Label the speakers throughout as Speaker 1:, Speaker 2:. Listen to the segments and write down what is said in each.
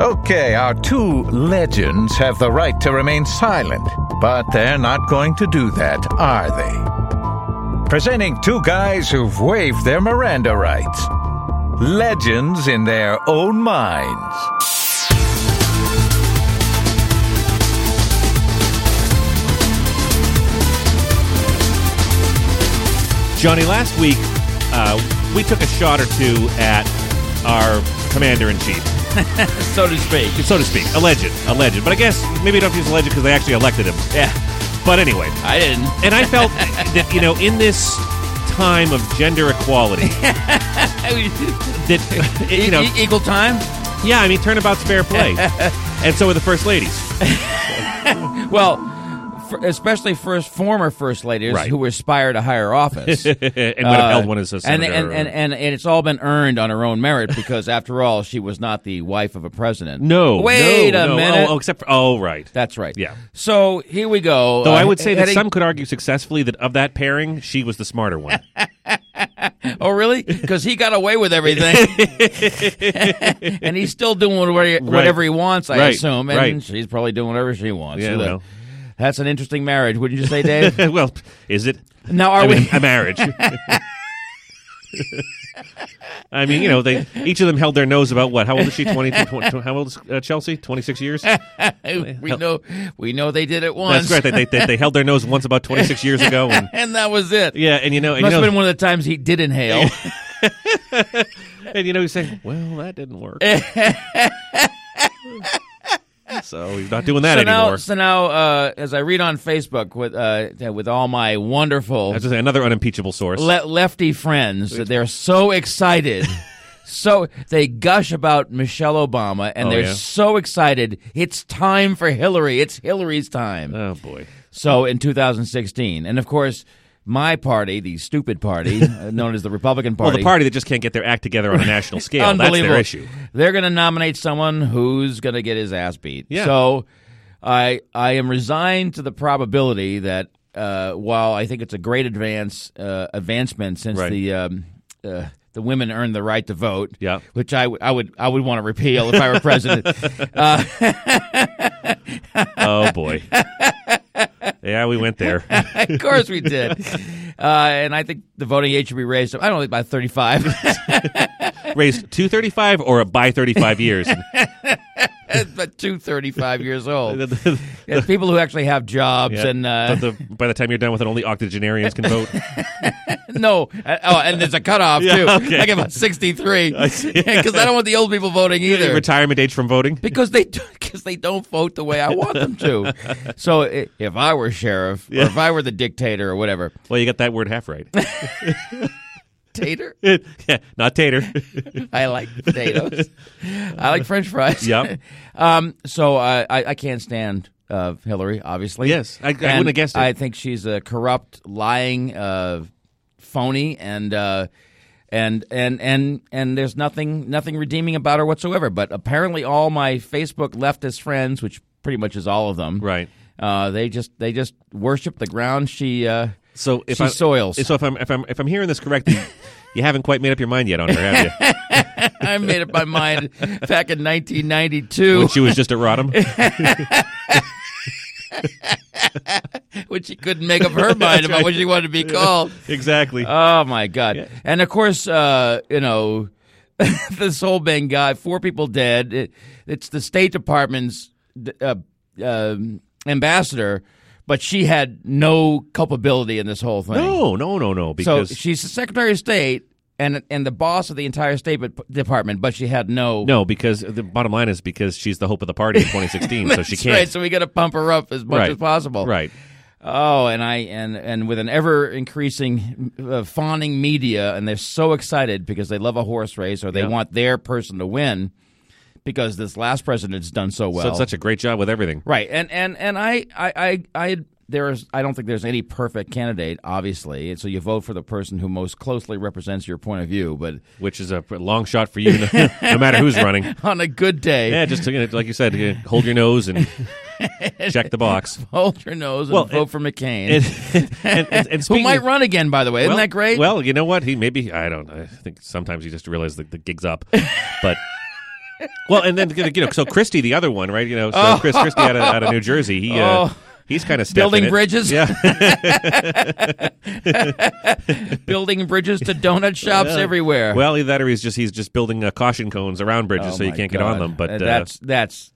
Speaker 1: Okay, our two legends have the right to remain silent, but they're not going to do that, are they? Presenting two guys who've waived their Miranda rights. Legends in their own minds.
Speaker 2: Johnny, last week uh, we took a shot or two at our commander in chief,
Speaker 3: so to speak.
Speaker 2: so to speak, alleged, alleged. But I guess maybe you don't have to use alleged because they actually elected him.
Speaker 3: Yeah,
Speaker 2: But anyway,
Speaker 3: I didn't.
Speaker 2: and I felt that you know in this time of gender equality, that
Speaker 3: E-
Speaker 2: you know,
Speaker 3: e- equal time.
Speaker 2: yeah, I mean, turnabout's fair play. And so are the first ladies.
Speaker 3: Well, for, especially first former first ladies
Speaker 2: Right.
Speaker 3: who aspire to higher office.
Speaker 2: and would have
Speaker 3: Uh,
Speaker 2: held one as a
Speaker 3: and,
Speaker 2: senator.
Speaker 3: and, and, and, and it's all been earned on her own merit because, after all, she was not the wife of a president.
Speaker 2: no,
Speaker 3: Wait
Speaker 2: no,
Speaker 3: a
Speaker 2: no.
Speaker 3: minute.
Speaker 2: Oh, oh, except for, oh, right.
Speaker 3: That's right.
Speaker 2: Yeah.
Speaker 3: So here we go.
Speaker 2: Though
Speaker 3: Uh,
Speaker 2: I would say that
Speaker 3: heading-
Speaker 2: some could argue successfully that of that pairing, she was the smarter one.
Speaker 3: Oh, really? Because he got away with everything, and he's still doing whatever, whatever he wants. I
Speaker 2: Right.
Speaker 3: assume, and
Speaker 2: Right.
Speaker 3: she's probably doing whatever she wants.
Speaker 2: Yeah,
Speaker 3: So that-
Speaker 2: well.
Speaker 3: That's an interesting marriage, wouldn't you say, Dave?
Speaker 2: well, is it?
Speaker 3: now, are
Speaker 2: I mean,
Speaker 3: we?
Speaker 2: a marriage. I mean, you know, they each of them held their nose about what? How old is she? Twenty. tw- tw- how old is uh, Chelsea? Twenty six years. That's
Speaker 3: we know, we know they did it once,
Speaker 2: right. They, they, they, they held their nose once about twenty six years ago, and
Speaker 3: and that was it.
Speaker 2: yeah, and you know, and you
Speaker 3: Must
Speaker 2: know,
Speaker 3: have been one of the times he did inhale.
Speaker 2: and you know, he's saying, "Well, that didn't work." so he's not doing that
Speaker 3: so
Speaker 2: anymore.
Speaker 3: now, so now, uh, as I read on Facebook with uh, with all my wonderful
Speaker 2: That's just another unimpeachable source.
Speaker 3: le- lefty friends that they're so excited. So they gush about Michelle Obama, and
Speaker 2: Oh,
Speaker 3: they're
Speaker 2: yeah.
Speaker 3: so excited. It's time for Hillary. It's Hillary's time.
Speaker 2: oh boy.
Speaker 3: So in 2016, and of course, my party, the stupid party, uh, known as the Republican Party,
Speaker 2: Well, the party that just can't get their act together on a national scale. That's
Speaker 3: Unbelievable.
Speaker 2: their issue.
Speaker 3: They're going to nominate someone who's going to get his ass beat.
Speaker 2: Yeah.
Speaker 3: So I I am resigned to the probability that uh, while I think it's a great advance uh, advancement since
Speaker 2: Right.
Speaker 3: the um, uh, the women earned the right to vote,
Speaker 2: Yeah.
Speaker 3: which I would I would I would want to repeal if I were president.
Speaker 2: Oh boy. yeah, we went there.
Speaker 3: of course we did, uh, and I think the voting age should be raised. I don't think by thirty five.
Speaker 2: Raised two thirty five or a by thirty five years.
Speaker 3: but two 35 years old. Yeah, people who actually have jobs
Speaker 2: Yeah.
Speaker 3: and uh,
Speaker 2: But the- by the time you're done with it, only octogenarians can vote.
Speaker 3: No. Uh, Oh, and there's a cutoff
Speaker 2: Yeah,
Speaker 3: too.
Speaker 2: okay.
Speaker 3: I get about 63
Speaker 2: see.
Speaker 3: because I don't want the old people voting either.
Speaker 2: Retirement age from voting.
Speaker 3: Because they because they don't vote the way I want them to. So i- if I were sheriff, or if I were the dictator, or whatever,
Speaker 2: Well, you got that word half right.
Speaker 3: tater.
Speaker 2: yeah, not tater.
Speaker 3: I like potatoes. I like French fries.
Speaker 2: Yep.
Speaker 3: um. So I I, I can't stand. Uh, Hillary, obviously.
Speaker 2: Yes, I- I
Speaker 3: And
Speaker 2: wouldn't have guessed it.
Speaker 3: I think she's a corrupt, lying, uh, phony, and uh, and and and and there's nothing nothing redeeming about her whatsoever. But apparently, all my Facebook leftist friends, which pretty much is all of them,
Speaker 2: Right.
Speaker 3: Uh, they just they just worship the ground she uh,
Speaker 2: So if
Speaker 3: she
Speaker 2: I,
Speaker 3: soils.
Speaker 2: So if I'm if I'm if I'm hearing this correctly, you haven't quite made up your mind yet on her, have you?
Speaker 3: I made up my mind back in 1992.
Speaker 2: when she was just at Rodham.
Speaker 3: which she couldn't make up her mind about what she wanted to be called.
Speaker 2: exactly.
Speaker 3: Oh my god! And of course, uh, you know, this whole Bengali four people dead. It, it's the State Department's d- uh, um ambassador, but she had no culpability in this whole thing.
Speaker 2: no, no, no, no.
Speaker 3: so
Speaker 2: Because
Speaker 3: she's the Secretary of State and and the boss of the entire State Dep- Department, but she had no.
Speaker 2: no, because the bottom line is because she's the hope of the party in 2016, so she
Speaker 3: That's
Speaker 2: can't.
Speaker 3: Right, so we got to pump her up as much
Speaker 2: Right.
Speaker 3: as possible.
Speaker 2: Right.
Speaker 3: Oh, and I and and with an ever increasing uh, fawning media, and they're so excited because they love a horse race or they
Speaker 2: Yeah.
Speaker 3: want their person to win because this last president's done so well.
Speaker 2: So it's such a great job with everything.
Speaker 3: right, and and and I I I. I there's, I don't think there's any perfect candidate, obviously. And so you vote for the person who most closely represents your point of view. But
Speaker 2: which is a p- long shot for you, no, no matter who's running.
Speaker 3: on a good day,
Speaker 2: Yeah, just you know, like you said, you hold your nose and check the box.
Speaker 3: hold your nose and
Speaker 2: Well,
Speaker 3: vote
Speaker 2: and-
Speaker 3: for McCain,
Speaker 2: And, and, and, and
Speaker 3: who
Speaker 2: speaking
Speaker 3: might
Speaker 2: of-
Speaker 3: run again. By the way,
Speaker 2: well,
Speaker 3: isn't that great?
Speaker 2: Well, you know what? He maybe I don't. I think sometimes you just realize that the gig's up, but Well, and then you know, so Christie, the other one, right? You know, so Chris Christie out of, out of New Jersey, he uh,
Speaker 3: Oh.
Speaker 2: he's kind of
Speaker 3: Building bridges?
Speaker 2: Yeah,
Speaker 3: building bridges to donut shops everywhere.
Speaker 2: well, either that or he's just he's just building uh, caution cones around bridges
Speaker 3: Oh
Speaker 2: so you
Speaker 3: my
Speaker 2: can't get
Speaker 3: God.
Speaker 2: on them. But
Speaker 3: Uh,
Speaker 2: uh,
Speaker 3: that's that's,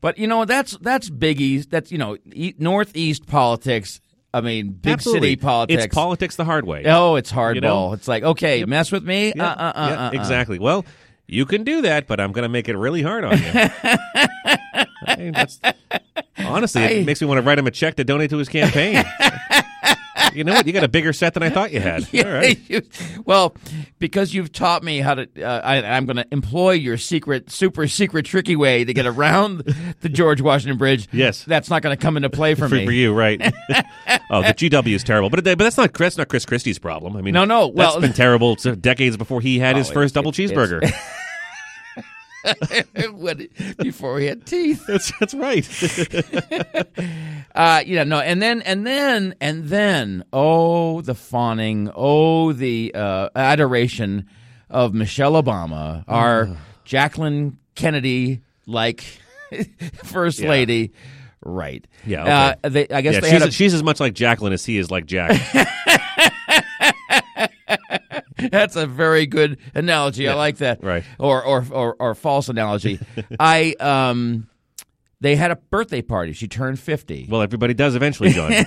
Speaker 3: but you know that's that's big east. That's you know e- northeast politics. I mean, big
Speaker 2: absolutely.
Speaker 3: city politics.
Speaker 2: It's politics the hard way.
Speaker 3: oh, it's hardball.
Speaker 2: You know?
Speaker 3: It's like okay, mess with me. Uh, uh, uh,
Speaker 2: yeah,
Speaker 3: uh, uh.
Speaker 2: exactly. Well, you can do that, but I'm going to make it really hard on you. I mean, that's- honestly,
Speaker 3: I-
Speaker 2: it makes me want to write him a check to donate to his campaign. you know what? You got a bigger set than I thought you had. All right.
Speaker 3: You- well, because you've taught me how to, uh, I, I'm going to employ your secret, super secret, tricky way to get around the George Washington Bridge.
Speaker 2: Yes.
Speaker 3: that's not going to come into play for,
Speaker 2: for,
Speaker 3: me.
Speaker 2: for you, right? oh, the GW is terrible, but but that's not that's not Chris Christie's problem. I mean,
Speaker 3: No, no, well-
Speaker 2: that's been terrible to decades before he had his
Speaker 3: Oh,
Speaker 2: first
Speaker 3: it-
Speaker 2: double
Speaker 3: it-
Speaker 2: cheeseburger.
Speaker 3: When- Before we had teeth.
Speaker 2: that's that's right.
Speaker 3: Uh, yeah, no, and then and then and then, oh, the fawning, oh, the uh, adoration of Michelle Obama, our Jacqueline Kennedy like first
Speaker 2: Yeah.
Speaker 3: lady, right?
Speaker 2: Yeah, okay.
Speaker 3: uh, they, I guess
Speaker 2: yeah,
Speaker 3: they
Speaker 2: she's,
Speaker 3: had a,
Speaker 2: she's as much like Jacqueline as he is like Jack.
Speaker 3: that's a very good analogy. I like that.
Speaker 2: right.
Speaker 3: Or or or, or false analogy. I um, they had a birthday party. She turned fifty.
Speaker 2: well, everybody does eventually, John.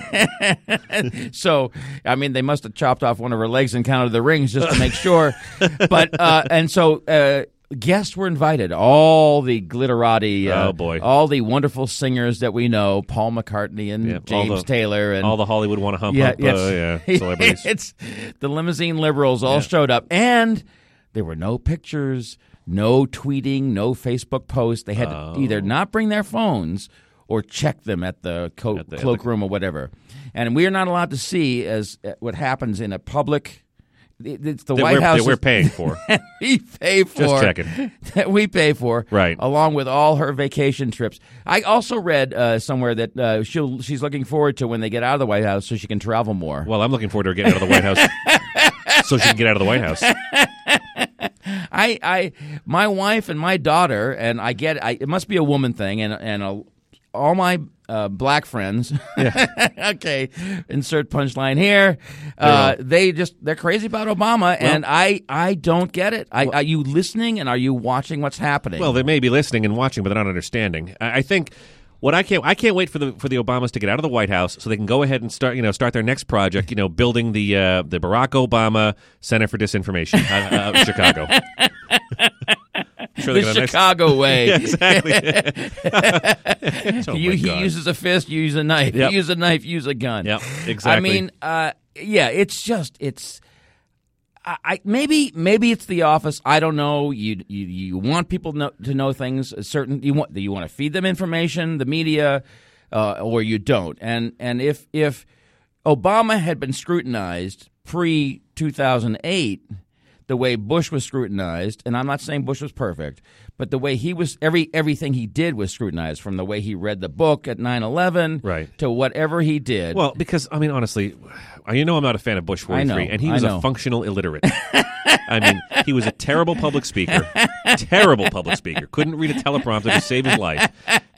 Speaker 3: So, I mean, they must have chopped off one of her legs and counted the rings just to make sure. But uh, and so uh, guests were invited. All the glitterati, uh,
Speaker 2: Oh, boy.
Speaker 3: all the wonderful singers that we know, Paul McCartney and
Speaker 2: Yeah, all
Speaker 3: James
Speaker 2: the-
Speaker 3: Taylor and
Speaker 2: All the Hollywood want to hump
Speaker 3: yeah,
Speaker 2: up,
Speaker 3: yes.
Speaker 2: uh, yeah, celebrities.
Speaker 3: it's the limousine liberals all showed up, and there were no pictures, no tweeting, no Facebook posts. They had to either not bring their phones or check them at the, co- cloakroom or whatever. And we are not allowed to see as uh, what happens in a public. it- It's the
Speaker 2: that,
Speaker 3: White
Speaker 2: we're,
Speaker 3: House
Speaker 2: that we're
Speaker 3: is-
Speaker 2: paying for.
Speaker 3: that we pay for
Speaker 2: checking.
Speaker 3: that we pay for
Speaker 2: Right.
Speaker 3: along with all her vacation trips i also read uh, somewhere that uh, she'll she's looking forward to when they get out of the white house so she can travel more
Speaker 2: well, I'm looking forward to her getting out of the White House so she can get out of the White House.
Speaker 3: i i my wife and my daughter and i get I, it must be a woman thing and and a, all my uh, black friends okay insert punchline here uh, they just they're crazy about obama and i i don't get it I, are you listening and are you watching what's happening
Speaker 2: Well, they may be listening and watching, but they're not understanding. I, I think what I can't I can't wait for the for the Obamas to get out of the White House so they can go ahead and start you know start their next project. You know, building the uh, the Barack Obama Center for Disinformation out, out in Chicago. I'm sure they
Speaker 3: the
Speaker 2: got a nice-
Speaker 3: Chicago way.
Speaker 2: exactly. Oh, my
Speaker 3: you, he
Speaker 2: God.
Speaker 3: uses a fist, you use a knife.
Speaker 2: Yep.
Speaker 3: You use a knife, you use a gun.
Speaker 2: Yep, exactly.
Speaker 3: I mean, uh, yeah, it's just it's. I, I maybe maybe it's the office. I don't know. You you, you want people know, to know things. a Certain you want you want to feed them information, the media, uh, or you don't. And and if if Obama had been scrutinized pre two thousand eight. The way Bush was scrutinized, and I'm not saying Bush was perfect, but the way he was, every everything he did was scrutinized, from the way he read the book at 9/11
Speaker 2: Right.
Speaker 3: to whatever he did.
Speaker 2: Well, because I mean, honestly, you know, I'm not a fan of Bush
Speaker 3: I know,
Speaker 2: 43, and he
Speaker 3: I
Speaker 2: was
Speaker 3: know.
Speaker 2: a functional illiterate. I mean, he was a terrible public speaker, terrible public speaker. Couldn't read a teleprompter to save his life,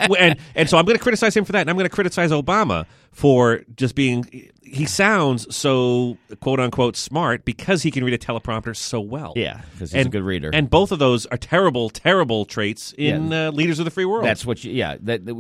Speaker 2: W- and and so I'm going to criticize him for that, and I'm going to criticize Obama for just being. He sounds so quote unquote smart because he can read a teleprompter so well.
Speaker 3: Yeah, 'cause he's a
Speaker 2: and,
Speaker 3: good reader.
Speaker 2: And both of those are terrible, terrible traits in uh, leaders of the free world.
Speaker 3: That's what you, yeah. That, the,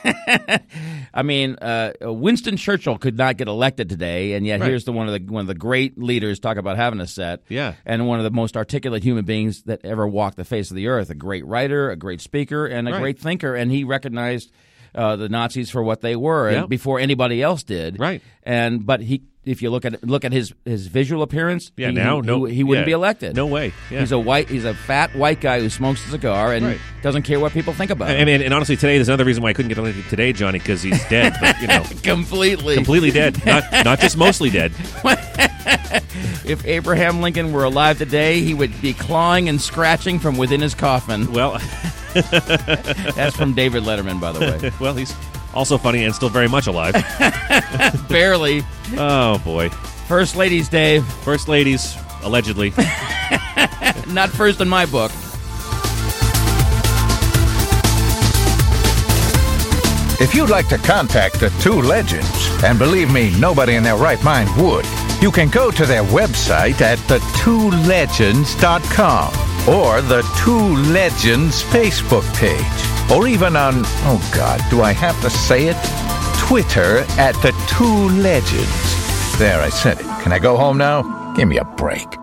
Speaker 3: the- I mean, uh, Winston Churchill could not get elected today, and yet
Speaker 2: Right.
Speaker 3: here's the one of the one of the great leaders talk about having a set.
Speaker 2: Yeah.
Speaker 3: and one of the most articulate human beings that ever walked the face of the earth. A great writer, a great speaker, and a
Speaker 2: Right.
Speaker 3: great thinker, and he recognized uh, the Nazis for what they were and
Speaker 2: Yep.
Speaker 3: before anybody else did.
Speaker 2: Right.
Speaker 3: and but he. If you look at look at his his visual appearance,
Speaker 2: yeah.
Speaker 3: he,
Speaker 2: now,
Speaker 3: he,
Speaker 2: no,
Speaker 3: he, wouldn't
Speaker 2: yeah.
Speaker 3: be elected.
Speaker 2: No way. Yeah.
Speaker 3: He's a white. He's a fat white guy who smokes a cigar and
Speaker 2: Right.
Speaker 3: doesn't care what people think about
Speaker 2: I
Speaker 3: him.
Speaker 2: I mean, and honestly, today there's another reason why I couldn't get elected today, Johnny, because he's dead. But, you know,
Speaker 3: completely.
Speaker 2: completely dead. Not not just mostly dead.
Speaker 3: If Abraham Lincoln were alive today, he would be clawing and scratching from within his coffin.
Speaker 2: Well,
Speaker 3: That's from David Letterman, by the way.
Speaker 2: well, he's also funny and still very much alive.
Speaker 3: Barely.
Speaker 2: Oh boy,
Speaker 3: First ladies, Dave.
Speaker 2: first ladies allegedly.
Speaker 3: Not first in my book.
Speaker 1: If you'd like to contact the two legends, and believe me, nobody in their right mind would, you can go to their website at thetwolegends.com or the Two Legends Facebook page, or even on, oh God, do I have to say it? Twitter at the Two Legends. There, I said it. Can I go home now? Give me a break.